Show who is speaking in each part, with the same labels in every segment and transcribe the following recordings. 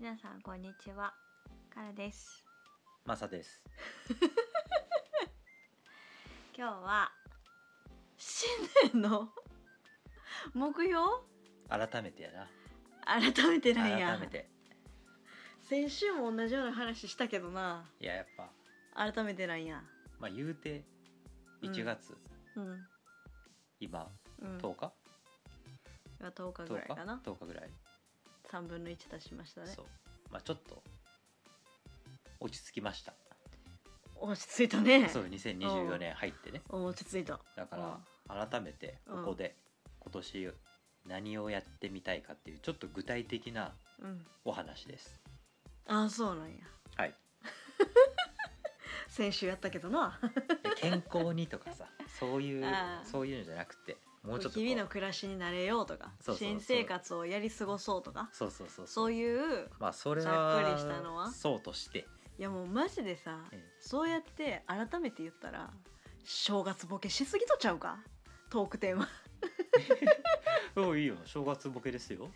Speaker 1: 皆さんこんにちはカラです
Speaker 2: マサです。
Speaker 1: 今日は新年の 目標
Speaker 2: 改めてやな。
Speaker 1: 改めてなんや
Speaker 2: 改めて。
Speaker 1: 先週も同じような話したけどない
Speaker 2: や、やっぱ、
Speaker 1: 改めてなんや
Speaker 2: まあ、言うて。
Speaker 1: うん
Speaker 2: 1月、
Speaker 1: うん
Speaker 2: 今、
Speaker 1: うん
Speaker 2: 10日、
Speaker 1: 今10日ぐらいかな
Speaker 2: 10日、10日ぐらい。
Speaker 1: 3分の1足しましたね
Speaker 2: そう、まあ、ちょっと。落ち着きました。
Speaker 1: 落ち着いたね
Speaker 2: そう、2024年入ってね。
Speaker 1: 落ち着いた
Speaker 2: だから、改めて、ここで、今年。何をやってみたいかっていう、ちょっと具体的な
Speaker 1: うん
Speaker 2: お話です。
Speaker 1: ああそうなんや
Speaker 2: はい。
Speaker 1: 先週やったけどな
Speaker 2: で健康にとかさ、そうい う
Speaker 1: あ、ー
Speaker 2: そういうのじゃなくて、 もうちょっとこう。
Speaker 1: 日々の暮らしに慣れようとか
Speaker 2: そうそうそう
Speaker 1: 新生活をやり過ごそうとか
Speaker 2: そうそうそう
Speaker 1: そう
Speaker 2: う。
Speaker 1: いう
Speaker 2: まあ、それは。
Speaker 1: ざっくりしたのは
Speaker 2: そうとして。
Speaker 1: いやもうマジでさ
Speaker 2: ええ
Speaker 1: そうやって改めて言ったら正月ボケしすぎとちゃうかトークテーマ
Speaker 2: うん、いいよ正月ボケですよ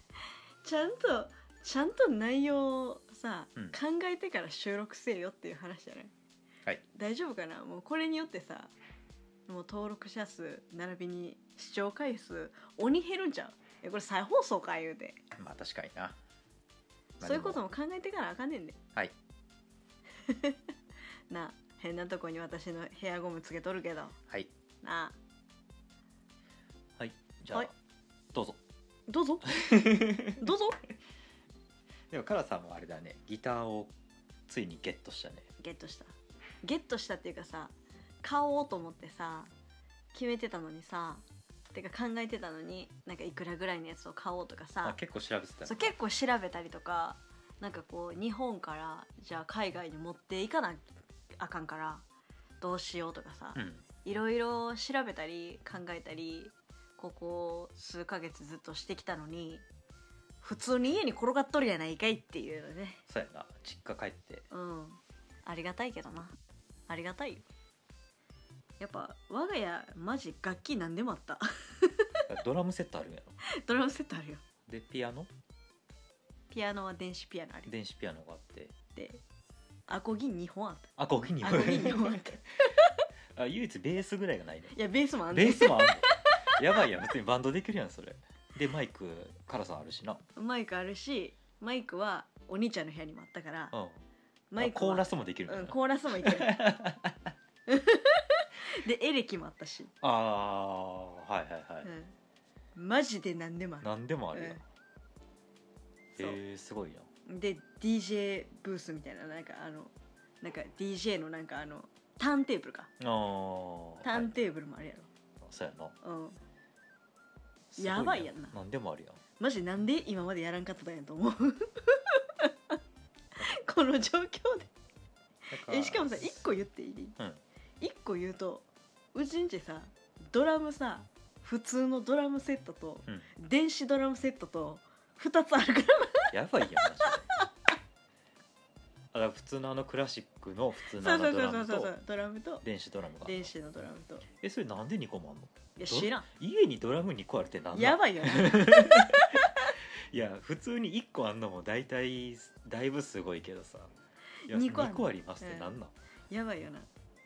Speaker 1: ちゃんとちゃんと内容をさ、
Speaker 2: うん
Speaker 1: 考えてから収録せえよっていう話じゃない
Speaker 2: はい
Speaker 1: 大丈夫かなもうこれによってさもう登録者数並びに視聴回数鬼減るんちゃうえこれ再放送か言うて
Speaker 2: まあ確かにな、まあ
Speaker 1: そういうこと
Speaker 2: でも
Speaker 1: も考えてからあかんねんで
Speaker 2: はい
Speaker 1: なあ変なとこに私のヘアゴムつけとるけど
Speaker 2: はい
Speaker 1: なあ
Speaker 2: はいじゃあ、
Speaker 1: はい
Speaker 2: どうぞ
Speaker 1: どう ぞどうぞ
Speaker 2: でもカラさんもあれだねギターをついにゲットしたね
Speaker 1: ゲットしたゲットしたっていうかさ買おうと思ってさ決めてたのにさてか考えてたのになんかいくらぐらいのやつを買おうとか
Speaker 2: あ
Speaker 1: さ
Speaker 2: 結構調べてた
Speaker 1: そう
Speaker 2: ね
Speaker 1: 結構調べたりとかなんかこう日本からじゃあ海外に持っていかなあかんからどうしようとかさ、
Speaker 2: うん
Speaker 1: いろいろ調べたり考えたりここ数ヶ月ずっとしてきたのに普通に家に転がっとるやないかいっていうのね
Speaker 2: そうやな実家帰って
Speaker 1: うんありがたいけどなありがたいよやっぱ我が家マジ楽器何でもあった
Speaker 2: ドラムセットあるん やろ
Speaker 1: ドラムセットあるよ
Speaker 2: でピアノ
Speaker 1: ピアノは電子ピアノある
Speaker 2: 電子ピアノがあって
Speaker 1: でアコギ2本あった
Speaker 2: あコギに
Speaker 1: アコギ2本あったい
Speaker 2: あ唯一ベースぐらいがないね
Speaker 1: やベースもあん
Speaker 2: ベ
Speaker 1: ね
Speaker 2: ースもあんのやばいやん別にバンドできるやんそれでマイクカラさんあるしな
Speaker 1: マイクあるしマイクはお兄ちゃんの部屋にもあったから
Speaker 2: うん
Speaker 1: マイク
Speaker 2: コー
Speaker 1: は
Speaker 2: ラスもできるんだ
Speaker 1: う、
Speaker 2: なん
Speaker 1: コーラスもい けるでエレキもあったし、
Speaker 2: ああーはいはいはい、
Speaker 1: うん、マジで何でもある
Speaker 2: 何でもあるやん、
Speaker 1: うんそう
Speaker 2: えー、すごいな
Speaker 1: で DJ ブースみたいななんかあのなんか DJ のなんかあのターンテーブルか
Speaker 2: あ
Speaker 1: ターン
Speaker 2: ー
Speaker 1: テーブルもあるや
Speaker 2: そうやな
Speaker 1: ろ、うん、
Speaker 2: すご
Speaker 1: やばいやんな
Speaker 2: 何でもあるやん
Speaker 1: マジなんで今までやらんかったんやと 思うこの状況で
Speaker 2: だら
Speaker 1: えしかもさ1個言っていい、
Speaker 2: うん
Speaker 1: 一1個言うとうちんちさドラムさ普通のドラムセットと
Speaker 2: うん
Speaker 1: 電子ドラムセットと2つあるから
Speaker 2: やばいやんマジであだから普通のあのクラシックの普通の
Speaker 1: そ
Speaker 2: あ
Speaker 1: うそ
Speaker 2: の
Speaker 1: う
Speaker 2: ド
Speaker 1: そうそ
Speaker 2: ラ
Speaker 1: う
Speaker 2: ム
Speaker 1: そう
Speaker 2: と
Speaker 1: そうドラムと
Speaker 2: 電子ドラムが
Speaker 1: 電子のドラムと
Speaker 2: えそれなんで2個もあんの
Speaker 1: いや
Speaker 2: ど
Speaker 1: 知らん
Speaker 2: 家にドラム2個あるってなんなん
Speaker 1: やばいよね
Speaker 2: いや普通に1個あんのも大体だいぶすごいけどさいや
Speaker 1: 二個あんの
Speaker 2: 二個ありますって
Speaker 1: うん
Speaker 2: なんなん、
Speaker 1: やばいよな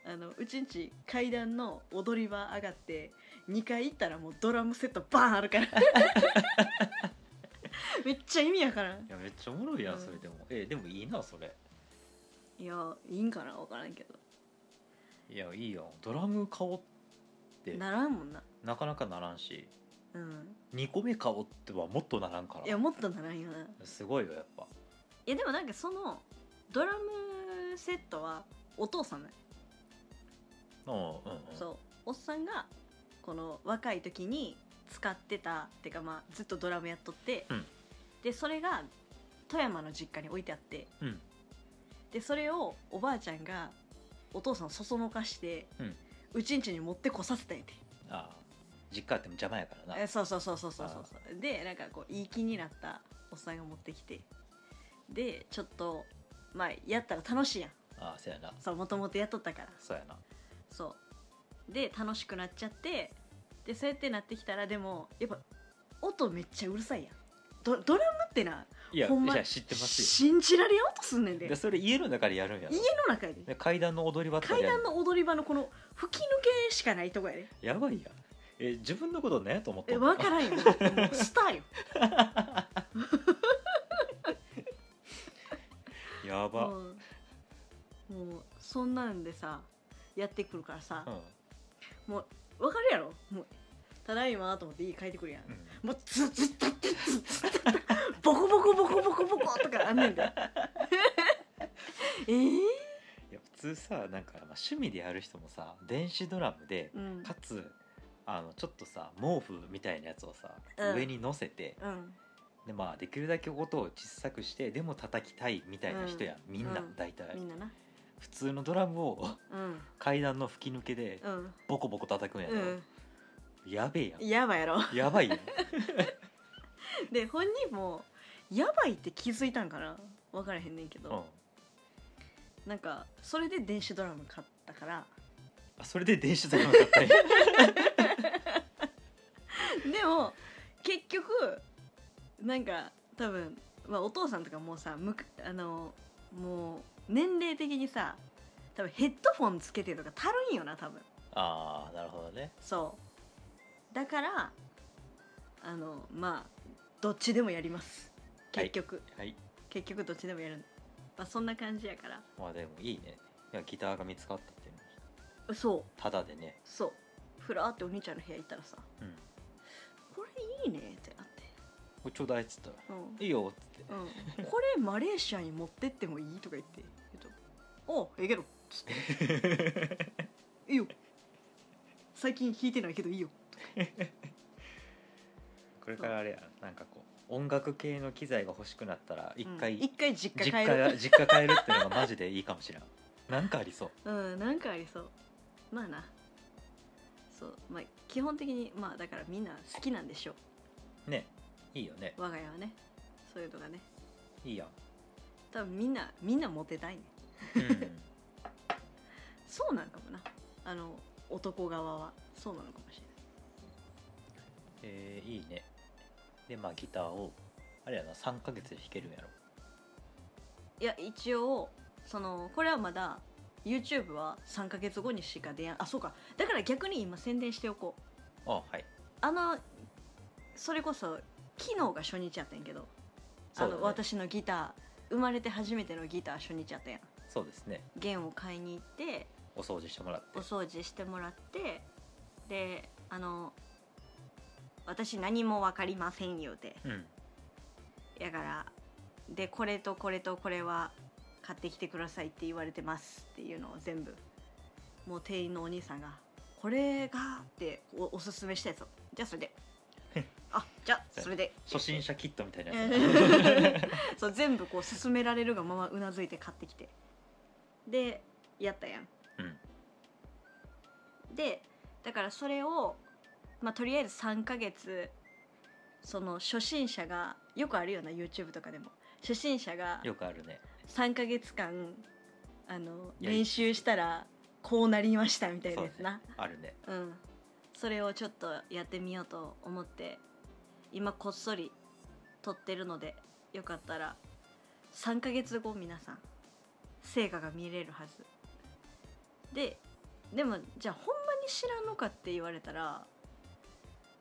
Speaker 1: あのうちんち階段の踊り場上がって2階行ったらもうドラムセットバーンあるから めっちゃ意味やからん
Speaker 2: いやめっちゃおもろいや
Speaker 1: うん
Speaker 2: んそれでも、えでもいいなそれ
Speaker 1: いやいいんかな分からんけど
Speaker 2: いやいいよドラム買おうって
Speaker 1: ならんもんな
Speaker 2: なかなかならんし
Speaker 1: うん
Speaker 2: 2個目買おうってはもっとならんから
Speaker 1: いやもっとならんよない
Speaker 2: すごいよやっぱ
Speaker 1: やでもなんかそのドラムセットはお父さんだよ、
Speaker 2: うんうんうん
Speaker 1: そうおっさんがこの若い時に使ってたってかまあずっとドラムやっとって、
Speaker 2: うん
Speaker 1: でそれが富山の実家に置いてあって
Speaker 2: うん
Speaker 1: でそれをおばあちゃんがお父さんをそそのかして、
Speaker 2: うん
Speaker 1: ちんちに持ってこさせたんやて
Speaker 2: ああ実家あっても邪魔やから
Speaker 1: え
Speaker 2: な
Speaker 1: そうそうそうそうそうそうそうでなんかこういい気になったおっさんが持ってきてでちょっとまあやったら楽しいやん
Speaker 2: ああそうやな
Speaker 1: そうもともとやっとったから
Speaker 2: そうやな
Speaker 1: そうで楽しくなっちゃってでそうやってなってきたらでもやっぱ音めっちゃうるさいやんドドラムってな
Speaker 2: いや
Speaker 1: ほんま
Speaker 2: いや知ってます
Speaker 1: 信じられようとすんねん
Speaker 2: よ
Speaker 1: で
Speaker 2: でそれ家の中でやるんやろ
Speaker 1: 家の中やで
Speaker 2: で階段の踊り場とか
Speaker 1: 階
Speaker 2: でやる
Speaker 1: 段の踊り場のこの吹き抜けしかないとこやで
Speaker 2: やばいやんえ自分のことねと思って
Speaker 1: え分から んよもうスターよ
Speaker 2: やば、うん
Speaker 1: うんもうそんなんでさやってくるからさ、わかるやろもうただいまと思って家帰ってくるやん、
Speaker 2: うん
Speaker 1: もうずずっとってずずっとってボコボコボコボコボコとかあんねんだえー、
Speaker 2: いや普通さなんかまあ趣味でやる人もさ電子ドラムで
Speaker 1: うん
Speaker 2: かつあのちょっとさ毛布みたいなやつをさ、
Speaker 1: うん
Speaker 2: 上に乗せて
Speaker 1: うん
Speaker 2: で,、まあ、できるだけ音を小さくしてでも叩きたいみたいな人や、みんな
Speaker 1: うん
Speaker 2: 大体、
Speaker 1: みんなな
Speaker 2: 普通のドラムを
Speaker 1: うん
Speaker 2: 階段の吹き抜けで
Speaker 1: うん
Speaker 2: ボコボコ叩くんやろ、
Speaker 1: う
Speaker 2: やべえや
Speaker 1: んやばいやろ
Speaker 2: んやば いやん
Speaker 1: で本人もやばいって気づいたんかな分からへんねんけ
Speaker 2: うん
Speaker 1: ど、なんかそれで電子ドラム買ったから
Speaker 2: あそれで電子ドラム買 ったんや
Speaker 1: でも結局なんか多分、まあ、お父さんとかもうさむくあのもう年齢的にさ多分ヘッドフォンつけてとかたるいんよな多分
Speaker 2: ああなるほどね
Speaker 1: そうだからあのまあどっちでもやります
Speaker 2: は
Speaker 1: 結
Speaker 2: い
Speaker 1: 局、
Speaker 2: はい
Speaker 1: 結局どっちでもやるまあそんな感じやから
Speaker 2: まあでもいいねいやギターが見つかったっていうの
Speaker 1: そう
Speaker 2: ただでね
Speaker 1: そうふらーってお兄ちゃんの部屋行ったらさ
Speaker 2: うん
Speaker 1: 「これいいね」ってなって
Speaker 2: これちょうだいっつったら
Speaker 1: 「うん
Speaker 2: 「いいよ」っつって
Speaker 1: うん、これマレーシアに持ってってもいいとか言って言うと「おうええけど」つって 「いいよ最近聞いてないけどいいよ
Speaker 2: これからあれやなんかこう音楽系の機材が欲しくなったら」一回、
Speaker 1: うん一回実家
Speaker 2: 実
Speaker 1: 帰
Speaker 2: 家
Speaker 1: る
Speaker 2: や実家帰るっていうのがマジでいいかもしれん なんかありそう
Speaker 1: うんなんかありそうまあなそうまあ基本的にまあだからみんな好きなんでしょ
Speaker 2: ねいいよね
Speaker 1: う我が家はねそういうのがね
Speaker 2: いいやん、
Speaker 1: 多分みんなみんなモテたいね
Speaker 2: うん、
Speaker 1: そうなんかもなあの男側はそうなのかもしれない
Speaker 2: えーいいねでまあギターをあれやな3ヶ月で弾けるんやろ
Speaker 1: いや一応そのこれはまだ YouTube は3ヶ月後にしか出やんあそうかだから逆に今宣伝しておこう
Speaker 2: あはい
Speaker 1: あのそれこそ昨日が初日やったんやけど、
Speaker 2: そ
Speaker 1: あ
Speaker 2: うだ
Speaker 1: の
Speaker 2: ね
Speaker 1: 私のギター生まれて初めてのギター初日やったやん
Speaker 2: そうですね
Speaker 1: 弦を買いに行って
Speaker 2: お掃除してもらって
Speaker 1: お掃除してもらってであの私何も分かりませんよって
Speaker 2: うん
Speaker 1: やからでこれとこれとこれは買ってきてくださいって言われてますっていうのを全部もう店員のお兄さんが「これが」っておおすすめしたやつを「じゃあそれで」あじゃあそれで
Speaker 2: 初心者キットみたいなやつ、
Speaker 1: そう全部こう勧められるがままうなずいて買ってきてでやったやん、でだからそれを、まあ、とりあえず3ヶ月その初心者がよくあるような YouTube とかでも初心者が
Speaker 2: よくあるね
Speaker 1: 3ヶ月間あの
Speaker 2: いや
Speaker 1: 練習したらこうなりましたみたいなやつな
Speaker 2: あるね
Speaker 1: うん、それをちょっとやってみようと思って今こっそり撮ってるのでよかったら3ヶ月後皆さん成果が見れるはずででもじゃあほんまに知らんのかって言われたら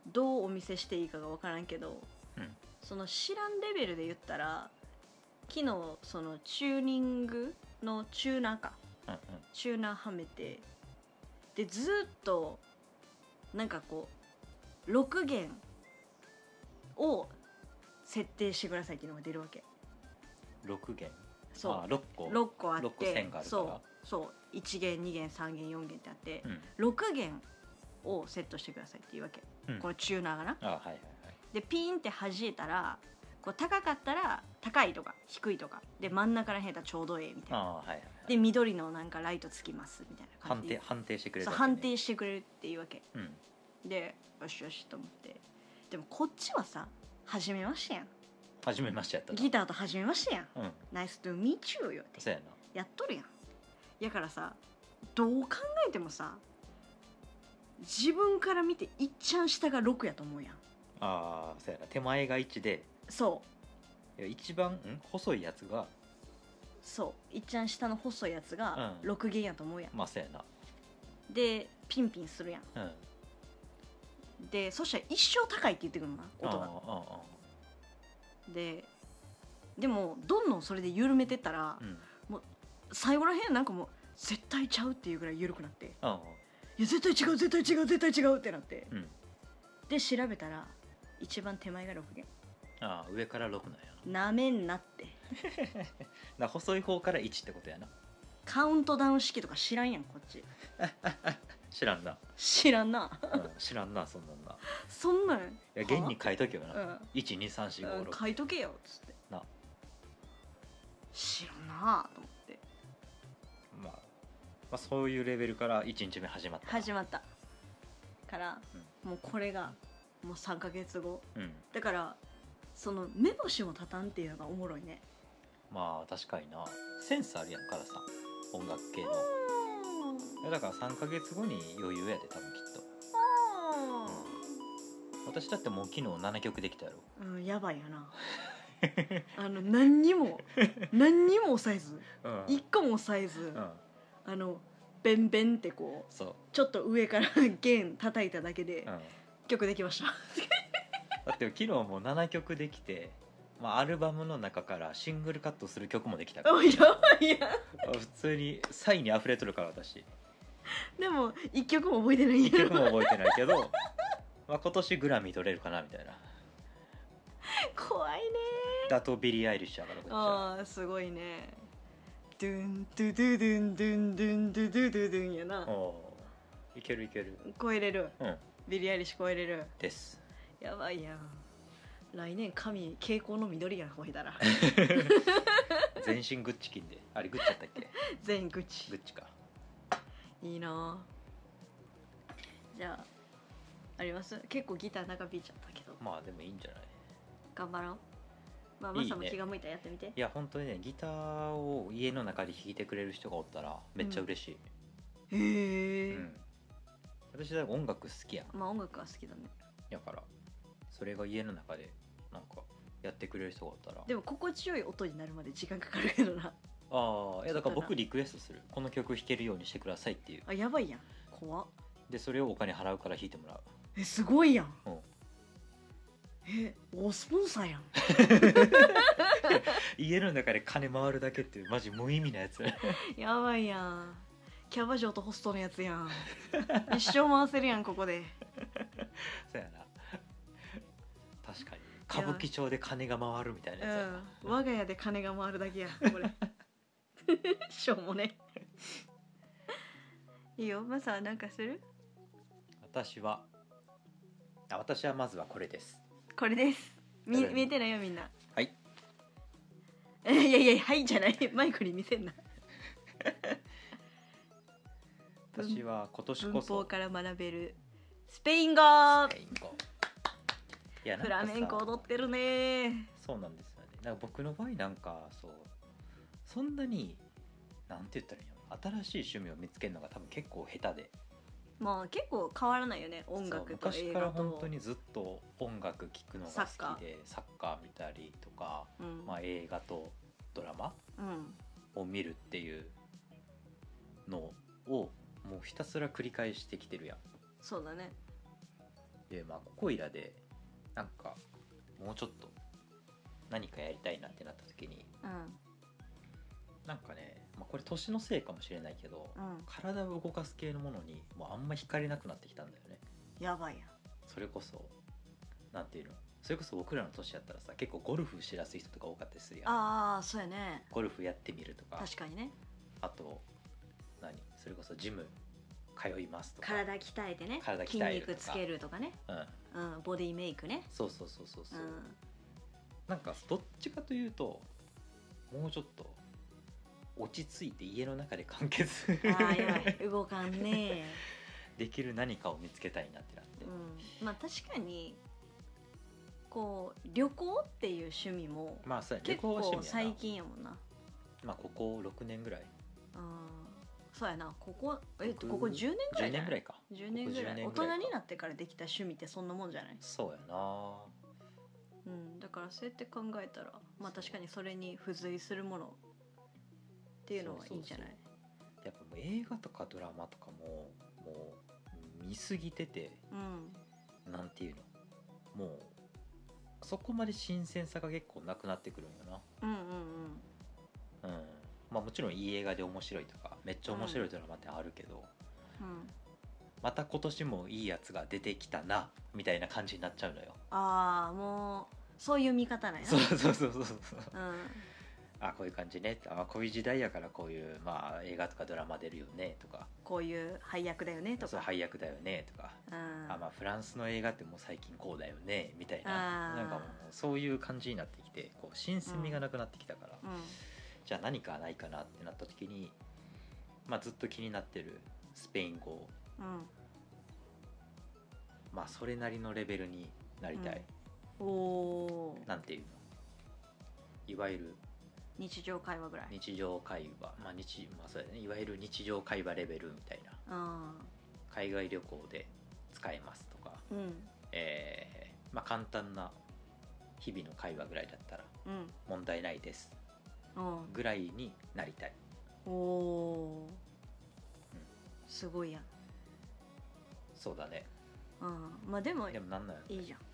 Speaker 1: どうお見せしていいかが分からんけど、
Speaker 2: うん
Speaker 1: その知らんレベルで言ったら昨日そのチューニングのチューナーか、
Speaker 2: うんうん
Speaker 1: チューナーはめてでずーっとなんかこう6弦を設定してくださいっていうのが出るわけ
Speaker 2: 6弦
Speaker 1: そ
Speaker 2: あ6個
Speaker 1: う6個あって
Speaker 2: 六個線があるから
Speaker 1: そうそう1弦2弦3弦4弦ってあって
Speaker 2: う、ん
Speaker 1: 6弦をセットしてくださいっていうわけ、
Speaker 2: うん
Speaker 1: このチューナーがな
Speaker 2: あはいはいはい
Speaker 1: でピーンって弾いたらこう高かったら高いとか低いとかで真ん中らへんやったらちょうどええみたいな
Speaker 2: あはいはいはい
Speaker 1: で緑のなんかライトつきますみたいな
Speaker 2: 判
Speaker 1: 感じで
Speaker 2: 定判定してくれた
Speaker 1: そう
Speaker 2: わけ
Speaker 1: 判
Speaker 2: ね
Speaker 1: 定してくれるっていうわけ
Speaker 2: うん
Speaker 1: でよしよしと思ってでもこっちはさ初めましてやん
Speaker 2: 初めましてやったな
Speaker 1: ギターと初めましてやん
Speaker 2: うん
Speaker 1: ナイストゥミーチューよって
Speaker 2: そうやな
Speaker 1: やっとるやんやからさどう考えてもさ自分から見ていっちゃん下が6やと思うやん
Speaker 2: ああそうやな手前が1で
Speaker 1: そ
Speaker 2: いや一番ん細いやつが
Speaker 1: そういっちゃん下の細いやつが
Speaker 2: うん
Speaker 1: 6弦やと思うやん、
Speaker 2: まあそうや
Speaker 1: でピンピンするやん
Speaker 2: なうん
Speaker 1: でそしたら一生高いって言ってくるのな音が
Speaker 2: あ
Speaker 1: ででもどんどんそれで緩めてったら、
Speaker 2: あうん
Speaker 1: 最後らへんなんかもう絶対ちゃうっていうぐらい緩くなって
Speaker 2: ああ
Speaker 1: いや絶対違う絶対違う絶対違うってなって
Speaker 2: うん
Speaker 1: で調べたら一番手前が6弦
Speaker 2: ああ上から6なんやな
Speaker 1: なめんなって
Speaker 2: な細い方から1ってことやな
Speaker 1: カウントダウン式とか知らんやんこっち
Speaker 2: 知らんな、
Speaker 1: 知らんな
Speaker 2: うん、 知らんなそんなんな
Speaker 1: そんなん
Speaker 2: いや現に書いとけよ
Speaker 1: う
Speaker 2: な、
Speaker 1: ん
Speaker 2: 一二1 2 3 4 5
Speaker 1: うん
Speaker 2: 6
Speaker 1: 書いとけよっつって
Speaker 2: な
Speaker 1: 知らんなと思って
Speaker 2: まあ、まあそういうレベルから1日目始まったな
Speaker 1: 始まったから、もうこれがもう3ヶ月後
Speaker 2: うん
Speaker 1: だからその目星も立たんっていうのがおもろいね
Speaker 2: まあ確かになセンスあるやんからさ音楽系のいやだから3ヶ月後に余裕やで多分きっと私だってもう昨日7曲できたやろ
Speaker 1: うんやばいよな あの何に も何にも抑えず
Speaker 2: うん
Speaker 1: 一個も抑えず
Speaker 2: うん
Speaker 1: あのベンベンってこう
Speaker 2: そう、
Speaker 1: ちょっと上から弦叩いただけ
Speaker 2: う
Speaker 1: で
Speaker 2: ん、だ
Speaker 1: 曲できました
Speaker 2: って昨日も7曲できて、まあ、アルバムの中からシングルカットする曲もできたか
Speaker 1: あ
Speaker 2: ら
Speaker 1: やばいや
Speaker 2: あ普通にサイに溢れとるから私
Speaker 1: んでも一曲も覚えてない
Speaker 2: 1
Speaker 1: や
Speaker 2: 曲
Speaker 1: ろ
Speaker 2: も覚えてないけど、まあ、今年グラミー取れるかなみたいな
Speaker 1: 怖いね
Speaker 2: だとビリー・アイリッシュやからこっちは
Speaker 1: あーすごいねドゥンドゥドゥドゥンドゥンドゥンドゥドゥドゥドゥンやな
Speaker 2: おーいけるいける
Speaker 1: 超えれる
Speaker 2: うん
Speaker 1: ビリーアイリッシュ超えれる
Speaker 2: です
Speaker 1: やばいやん来年神蛍光の緑やんほい だら
Speaker 2: 全身グッチキンであれグッチやったっけ
Speaker 1: 全愚痴
Speaker 2: グッチか
Speaker 1: いいなぁじゃああります結構ギター長引いちゃったけど
Speaker 2: まあでもいいんじゃない
Speaker 1: 頑張ろうまあ
Speaker 2: いい
Speaker 1: マ
Speaker 2: ね
Speaker 1: サも気が向いたらやってみて
Speaker 2: いや本当にねギターを家の中で弾いてくれる人がおったらめっちゃ嬉しい、
Speaker 1: へえ、
Speaker 2: うん私だから音楽好きやん
Speaker 1: まあ音楽は好きだね
Speaker 2: やからそれが家の中でなんかやってくれる人がおったら
Speaker 1: でも心地よい音になるまで時間かかるけどな
Speaker 2: ああいやだから
Speaker 1: ちょっと
Speaker 2: 僕リクエストするこの曲弾けるようにしてくださいっていう
Speaker 1: あやばいやん怖っ
Speaker 2: でそれをお金払うから弾いてもらう
Speaker 1: えすごいやん、
Speaker 2: うん
Speaker 1: えおスポンサーやん
Speaker 2: 家の中で金回るだけっていうマジ無意味な やつ
Speaker 1: やばいやんキャバ嬢とホストのやつやん一生回せるやんここで
Speaker 2: そうやな確かに歌舞伎町で金が回るみたいなやつやな
Speaker 1: うん、我が家で金が回るだけやこれ しょうもねいいよマサはなんかする
Speaker 2: 私はあ私はまずはこれです
Speaker 1: これですみ
Speaker 2: ただいま
Speaker 1: 見えてないよみんな
Speaker 2: はい
Speaker 1: え いやいやはいじゃないマイクに見せんな文
Speaker 2: 私は今年
Speaker 1: 文
Speaker 2: こ そ
Speaker 1: 法から学べるスペイン語
Speaker 2: スペイン語いやなん
Speaker 1: フ
Speaker 2: か
Speaker 1: ラ
Speaker 2: さ
Speaker 1: メンコ踊ってるね
Speaker 2: そうなんですよねなんか僕の場合なんかそうそんなになんて言ったらいいの新しい趣味を見つけるのが多分結構下手で
Speaker 1: まあ結構変わらないよね音楽と
Speaker 2: そう
Speaker 1: 映
Speaker 2: 昔か
Speaker 1: 画と
Speaker 2: ら本当にずっと音楽聴くのが好きでサッカー見たりとか、
Speaker 1: うん、
Speaker 2: まあ、映画とドラマ
Speaker 1: うん
Speaker 2: を見るっていうのをもうひたすら繰り返してきてるやん
Speaker 1: そうだね
Speaker 2: でまあここいらでなんかもうちょっと何かやりたいなってなった時に
Speaker 1: う
Speaker 2: なんかね、まあ、これ年のせいかもしれないけど
Speaker 1: んうん
Speaker 2: 体を動かす系のものにもうあんま惹かれなくなってきたんだよね
Speaker 1: やばいや
Speaker 2: それこそなんていうのそれこそ僕らの年やったらさ結構ゴルフ知らす人とか多かったりするやん
Speaker 1: ああそうやね
Speaker 2: ゴルフやってみるとか
Speaker 1: 確かにね
Speaker 2: あと何それこそジム通いますとか、
Speaker 1: 体鍛えてね
Speaker 2: 体鍛えると
Speaker 1: 筋肉
Speaker 2: か
Speaker 1: つけるとかね、
Speaker 2: うん、
Speaker 1: うん、ボディメイクね
Speaker 2: そうそうそうそうそうう、
Speaker 1: ん
Speaker 2: なんかどっちかというともうちょっと落ち着いて家の中で完結
Speaker 1: ああやばい動かんね
Speaker 2: できる何かを見つけたいなってなって、
Speaker 1: うんまあ確かにこう旅行っていう趣味も
Speaker 2: まあそうやね
Speaker 1: 結
Speaker 2: 旅行は趣
Speaker 1: 構
Speaker 2: 味やな
Speaker 1: 最近やもんな
Speaker 2: まあここ6年ぐらい
Speaker 1: うんそうやなここえっと
Speaker 2: 僕
Speaker 1: ここ10年ぐらい
Speaker 2: 10年ぐら
Speaker 1: い
Speaker 2: いか
Speaker 1: 10年ぐらい
Speaker 2: ここ10年ぐらいか
Speaker 1: 大人になってからできた趣味ってそんなもんじゃない
Speaker 2: そうやな
Speaker 1: うん、だからそうやって考えたらまあ確かにそれに付随するものっていうのはいいんじゃない
Speaker 2: やっぱもう映画とかドラマとかももう見すぎてて
Speaker 1: うん
Speaker 2: なんていうのもうそこまで新鮮さが結構なくなってくるんよ
Speaker 1: うんうん
Speaker 2: なうんまあもちろんいい映画で面白いとかめっちゃ面白いドラマってあるけど、
Speaker 1: うんうん
Speaker 2: また今年もいいやつが出てきたなみたいな感じになっちゃうの よ
Speaker 1: ああもうそういう見方なんやな
Speaker 2: そうそうそうそうそう
Speaker 1: うん
Speaker 2: あこういう感じねあこういう時代やからこういう、まあ、映画とかドラマ出るよねとか
Speaker 1: こういう配役だよねと
Speaker 2: そう
Speaker 1: か
Speaker 2: 配役だよねとか
Speaker 1: うん
Speaker 2: あまあフランスの映画ってもう最近こうだよねみたいな
Speaker 1: あー
Speaker 2: なんかもうそういう感じになってきてこう新鮮味がなくなってきたから、
Speaker 1: うん
Speaker 2: じゃあ何かないかなってなった時に、まあ、ずっと気になってるスペイン語、
Speaker 1: うん
Speaker 2: まあ、それなりのレベルになりたい、
Speaker 1: おおー
Speaker 2: なんていうのいわゆる
Speaker 1: 日常会話ぐらい
Speaker 2: 日常会話、まあ日まあそうだね、いわゆる日常会話レベルみたいな
Speaker 1: うん
Speaker 2: 海外旅行で使えますとか、
Speaker 1: うん
Speaker 2: えーまあ、簡単な日々の会話ぐらいだったら
Speaker 1: うん
Speaker 2: 問題ないです
Speaker 1: うん
Speaker 2: ぐらいになりたい
Speaker 1: おおーすごいやん
Speaker 2: そうだね
Speaker 1: うんまあでも
Speaker 2: でもなんなんやろ
Speaker 1: いいじゃん
Speaker 2: う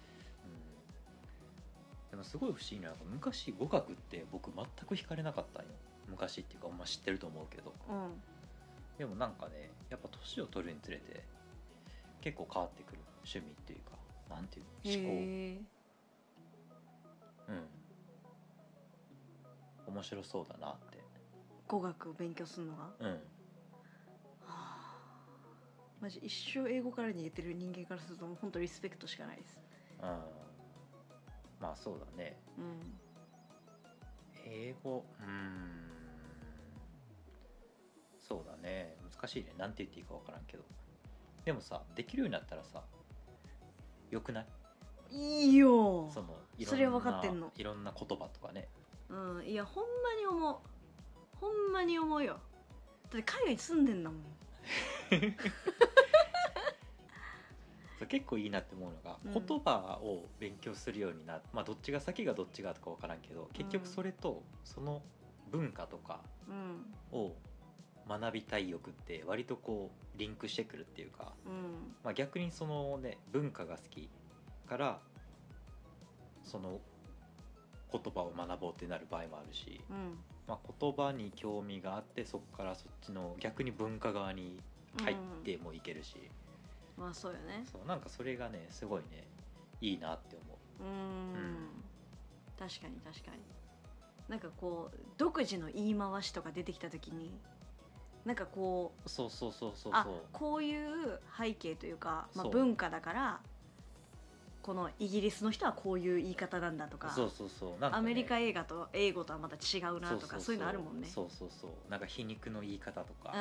Speaker 2: んでもすごい不思議なのが昔語学って僕全く惹かれなかったんよ昔っていうかまあ知ってると思うけど
Speaker 1: うん
Speaker 2: でもなんかねやっぱ年を取るにつれて結構変わってくる趣味っていうかなんていうの思考
Speaker 1: へえ
Speaker 2: うん面白そうだなって
Speaker 1: 語学を勉強するのが
Speaker 2: うん
Speaker 1: マジ一生英語から逃げてる人間からするともう本当リスペクトしかないです
Speaker 2: うんまあそうだね
Speaker 1: うん
Speaker 2: 英語うーんそうだね難しいねなんて言っていいか分からんけどでもさできるようになったらさよくない
Speaker 1: いいよ
Speaker 2: そのい
Speaker 1: それは分かってんの
Speaker 2: いろんな言葉とかね
Speaker 1: うんいやほんまに思うほんまに思うよだって海外に住んでんだもん
Speaker 2: そう結構いいなって思うのが、
Speaker 1: うん
Speaker 2: 言葉を勉強するようになまあどっちが先がどっちがとか分からんけど結局それとその文化とか
Speaker 1: うん
Speaker 2: を学びたい欲って割とこうリンクしてくるっていうか
Speaker 1: うん
Speaker 2: まあ、逆にそのね文化が好きからその言葉を学ぼうってなる場合もあるし、
Speaker 1: うん
Speaker 2: まあ、言葉に興味があってそこからそっちの逆に文化側に入ってもいけるし、
Speaker 1: うんまあそうよね
Speaker 2: そうなんかそれがねすごいねいいなって思
Speaker 1: うん
Speaker 2: ん
Speaker 1: 確かに確かになんかこう独自の言い回しとか出てきた時になんかこう
Speaker 2: うそうそうそうそう
Speaker 1: あ
Speaker 2: そう
Speaker 1: こういう背景というか、まあ、
Speaker 2: そう
Speaker 1: 文化だからこのイギリスの人はこういう言い方なんだとか
Speaker 2: そうそうそうなんかね、
Speaker 1: アメリカ映画と英語とはまた違うなとかそういうのあるもんね
Speaker 2: そうそうそうなんか皮肉の言い方とか、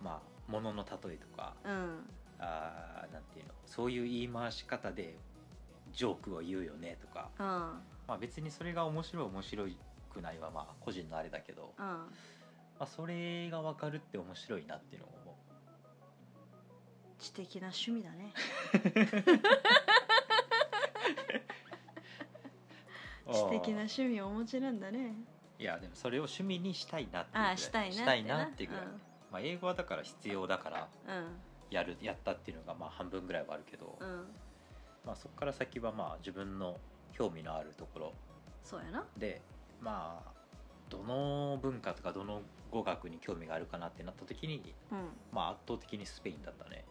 Speaker 1: う
Speaker 2: まあ物の例えとか
Speaker 1: んうん
Speaker 2: あーなんていうのそういう言い回し方でジョークを言うよねとか、
Speaker 1: うん
Speaker 2: まあ、別にそれが面白い面白くないはまあ個人のあれだけど、
Speaker 1: う
Speaker 2: ま
Speaker 1: ん
Speaker 2: あ、それが分かるって面白いなっていうのを思う
Speaker 1: 知的な趣味だね知的な
Speaker 2: あー
Speaker 1: 趣味をお持ちなんだね
Speaker 2: いやでもそれを趣味にしたいなっていうぐら
Speaker 1: あ
Speaker 2: い
Speaker 1: あしたいな
Speaker 2: したいなっていうぐらい、
Speaker 1: う
Speaker 2: まあ、英語はだから必要だから
Speaker 1: ん
Speaker 2: やるやったっていうのがまあ半分ぐらいはあるけど、
Speaker 1: うん、うん、
Speaker 2: まあ、そこから先はまあ自分の興味のあるところ
Speaker 1: そうやな
Speaker 2: でまあどの文化とかどの語学に興味があるかなってなった時に、
Speaker 1: うん
Speaker 2: まあ、圧倒的にスペインだったね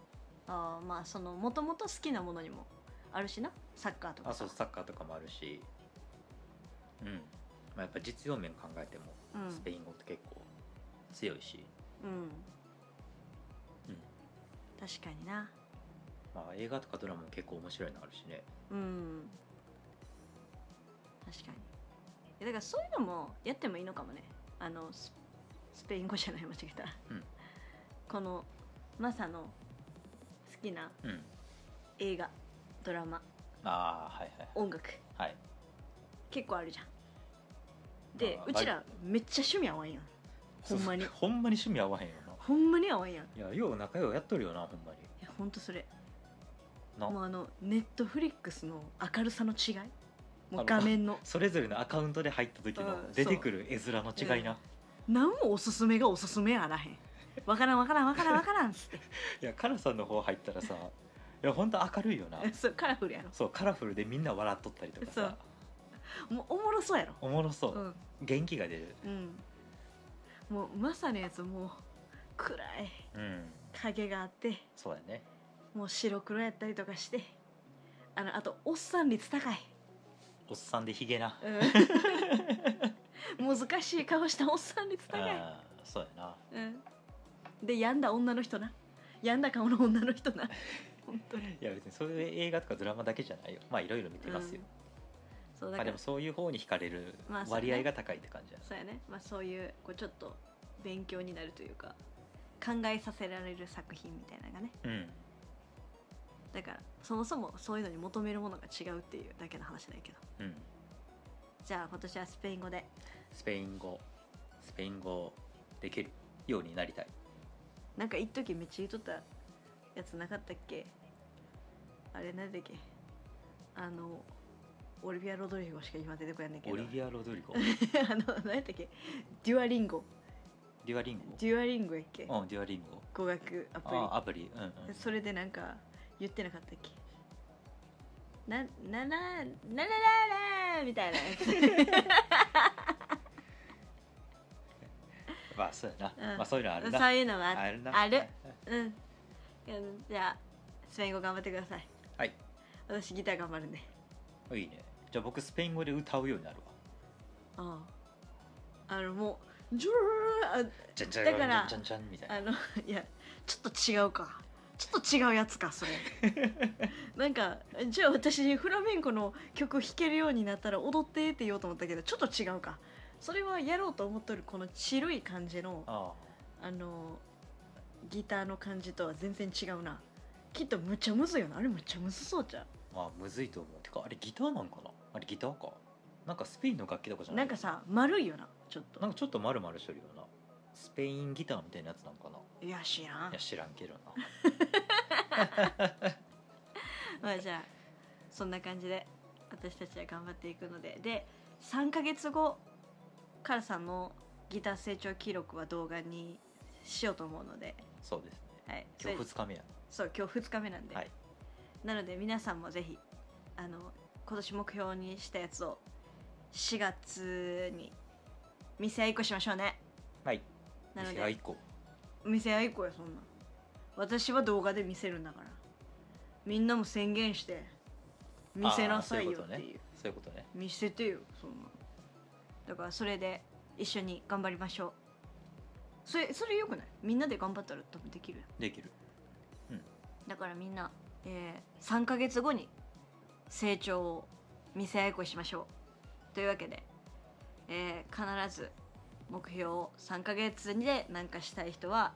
Speaker 1: あーまあそのもともと好きなものにもあるしなサッカーと
Speaker 2: あ
Speaker 1: か
Speaker 2: そうサッカーとかもあるしうん、まあ、やっぱ実用面考えても
Speaker 1: うん
Speaker 2: スペイン語って結構強いし、
Speaker 1: うん
Speaker 2: うん
Speaker 1: 確かにな
Speaker 2: まあ、映画とかドラマも結構面白いのあるしね
Speaker 1: うん確かにえだからそういうのもやってもいいのかもねあのススペイン語じゃない間違えた、
Speaker 2: うん
Speaker 1: このマサの好きな
Speaker 2: うん
Speaker 1: 映画ドラマ
Speaker 2: ああはいはい
Speaker 1: 音楽
Speaker 2: はい
Speaker 1: 結構あるじゃんで
Speaker 2: まあ
Speaker 1: うちらめっちゃ趣味合わんやんほんまに
Speaker 2: そう ほんまに趣味合わへんよ
Speaker 1: ほんまに合わんやんい
Speaker 2: ないやよう仲ようやっとるよなほんまに
Speaker 1: やほんとそれ
Speaker 2: な
Speaker 1: もうあのネットフリックスの明るさの違いもう画面の
Speaker 2: それぞれのアカウントで入った時
Speaker 1: う
Speaker 2: の
Speaker 1: ん
Speaker 2: 出てくる絵面の違いな、
Speaker 1: うん何もおすすめがおすすめあらへんわからんわからんわからんわからんっつ って
Speaker 2: いやカラさんの方入ったらさいや本当明るいよな
Speaker 1: そうカラフルやろ
Speaker 2: そうカラフルでみんな笑っとったりとかさ
Speaker 1: もうおもろそうやろ
Speaker 2: おもろそう、
Speaker 1: うん
Speaker 2: 元気が出る
Speaker 1: うんもうマサのやつもう暗い
Speaker 2: うん
Speaker 1: 影があって
Speaker 2: そうやね
Speaker 1: もう白黒やったりとかしてあのあとおっさん率高い、
Speaker 2: おっさんでヒゲな、
Speaker 1: うん難しい顔したおっさん率高
Speaker 2: あ
Speaker 1: い、
Speaker 2: あーそうやな
Speaker 1: うん、で病んだ女の人な病んだ顔の女の人 な本当に
Speaker 2: いや別にそういう映画とかドラマだけじゃないよまあいろいろ見てますよ、
Speaker 1: うんそうだ
Speaker 2: あ
Speaker 1: か
Speaker 2: で
Speaker 1: ら
Speaker 2: もそういう方に惹かれる
Speaker 1: まあそうね
Speaker 2: 割合が高いって感じやな
Speaker 1: そうやね、まあ、そういうこうちょっと勉強になるというか考えさせられる作品みたいなのがね
Speaker 2: うん
Speaker 1: だからそもそもそういうのに求めるものが違うっていうだけの話だけど
Speaker 2: うん
Speaker 1: じゃあ今年はスペイン語で
Speaker 2: スペイン語スペイン語できるようになりたい
Speaker 1: なんか一時めっちゃ言っとったやつなかったっけあれ何だっけあのオリビア・ロドリゴしか今出てこやんねんけど
Speaker 2: オリビア・ロドリゴ
Speaker 1: あの何やったっけデュアリンゴ
Speaker 2: デュアリンゴ
Speaker 1: デュアリンゴやっけ
Speaker 2: うんデュアリンゴ
Speaker 1: 語学アプリ
Speaker 2: あアプリうんうん
Speaker 1: それでなんか言ってなかったっけな、なな、ななななみたいなやつ
Speaker 2: まあそうやな、
Speaker 1: うん
Speaker 2: まあそういうのあるな
Speaker 1: そういうのはあ
Speaker 2: あ
Speaker 1: る
Speaker 2: るな
Speaker 1: ある
Speaker 2: はい
Speaker 1: うんじゃあスペイン語頑張ってください
Speaker 2: はい
Speaker 1: 私ギター頑張るね
Speaker 2: いいねじゃあ僕スペイン語で歌うようになるわ
Speaker 1: あああのもうジュルー
Speaker 2: じゃんじゃん
Speaker 1: だから
Speaker 2: じゃんじゃんじゃんみたい
Speaker 1: ああ
Speaker 2: な
Speaker 1: の いやちょっと違うかちょっと違うやつかそれ なんかじゃあ私フラメンコの曲弾けるようになったら踊ってって言おうと思ったけどちょっと違うかそれはやろうと思っとるこの白い感じの
Speaker 2: ああ
Speaker 1: あのギターの感じとは全然違うなきっとむっちゃむずいよなあれむっちゃむずそうじゃ
Speaker 2: まあむずいと思うてかあれギターなんかなあれギターかなんかスペインの楽器とかじゃ
Speaker 1: ん
Speaker 2: な
Speaker 1: ないんかさ丸いよなちょっ
Speaker 2: な
Speaker 1: と
Speaker 2: んかちょっと丸々してるよなスペインギターみたいなやつなんかない
Speaker 1: や知らん
Speaker 2: いや知らんけ どな
Speaker 1: まあじゃあそんな感じで私たちは頑張っていくのでで3ヶ月後カラさんのギター成長記録は動画にしようと思うので、
Speaker 2: そうですね
Speaker 1: はい、そ
Speaker 2: 今
Speaker 1: れ
Speaker 2: 日2日目や
Speaker 1: そう今日2日目なんで、
Speaker 2: はい
Speaker 1: なので皆さんもぜひあの今年目標にしたやつを4月に見せ合いっこしましょうね
Speaker 2: はい
Speaker 1: なの
Speaker 2: 店は
Speaker 1: で
Speaker 2: 一個
Speaker 1: 見せ合いっこやそんなん私は動画で見せるんだからみんなも宣言して見せなさいよって
Speaker 2: あーそう
Speaker 1: い
Speaker 2: いう
Speaker 1: う
Speaker 2: そういうことね
Speaker 1: 見せてよそんなのだからそれで一緒に頑張りましょうそれそれよくないみんなで頑張ったら多分できるや
Speaker 2: できる
Speaker 1: んだからみんな、えー3ヶ月後に成長を見せ合いっこしましょうというわけで、えー必ず目標を3ヶ月で何かしたい人は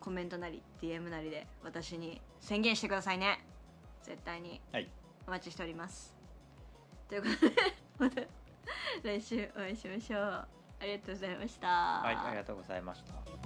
Speaker 1: コメントなり DM なりで私に宣言してくださいね絶対に
Speaker 2: はい
Speaker 1: お待ちしておりますということでまた来週お会いしましょうありがとうございました
Speaker 2: はいありがとうございました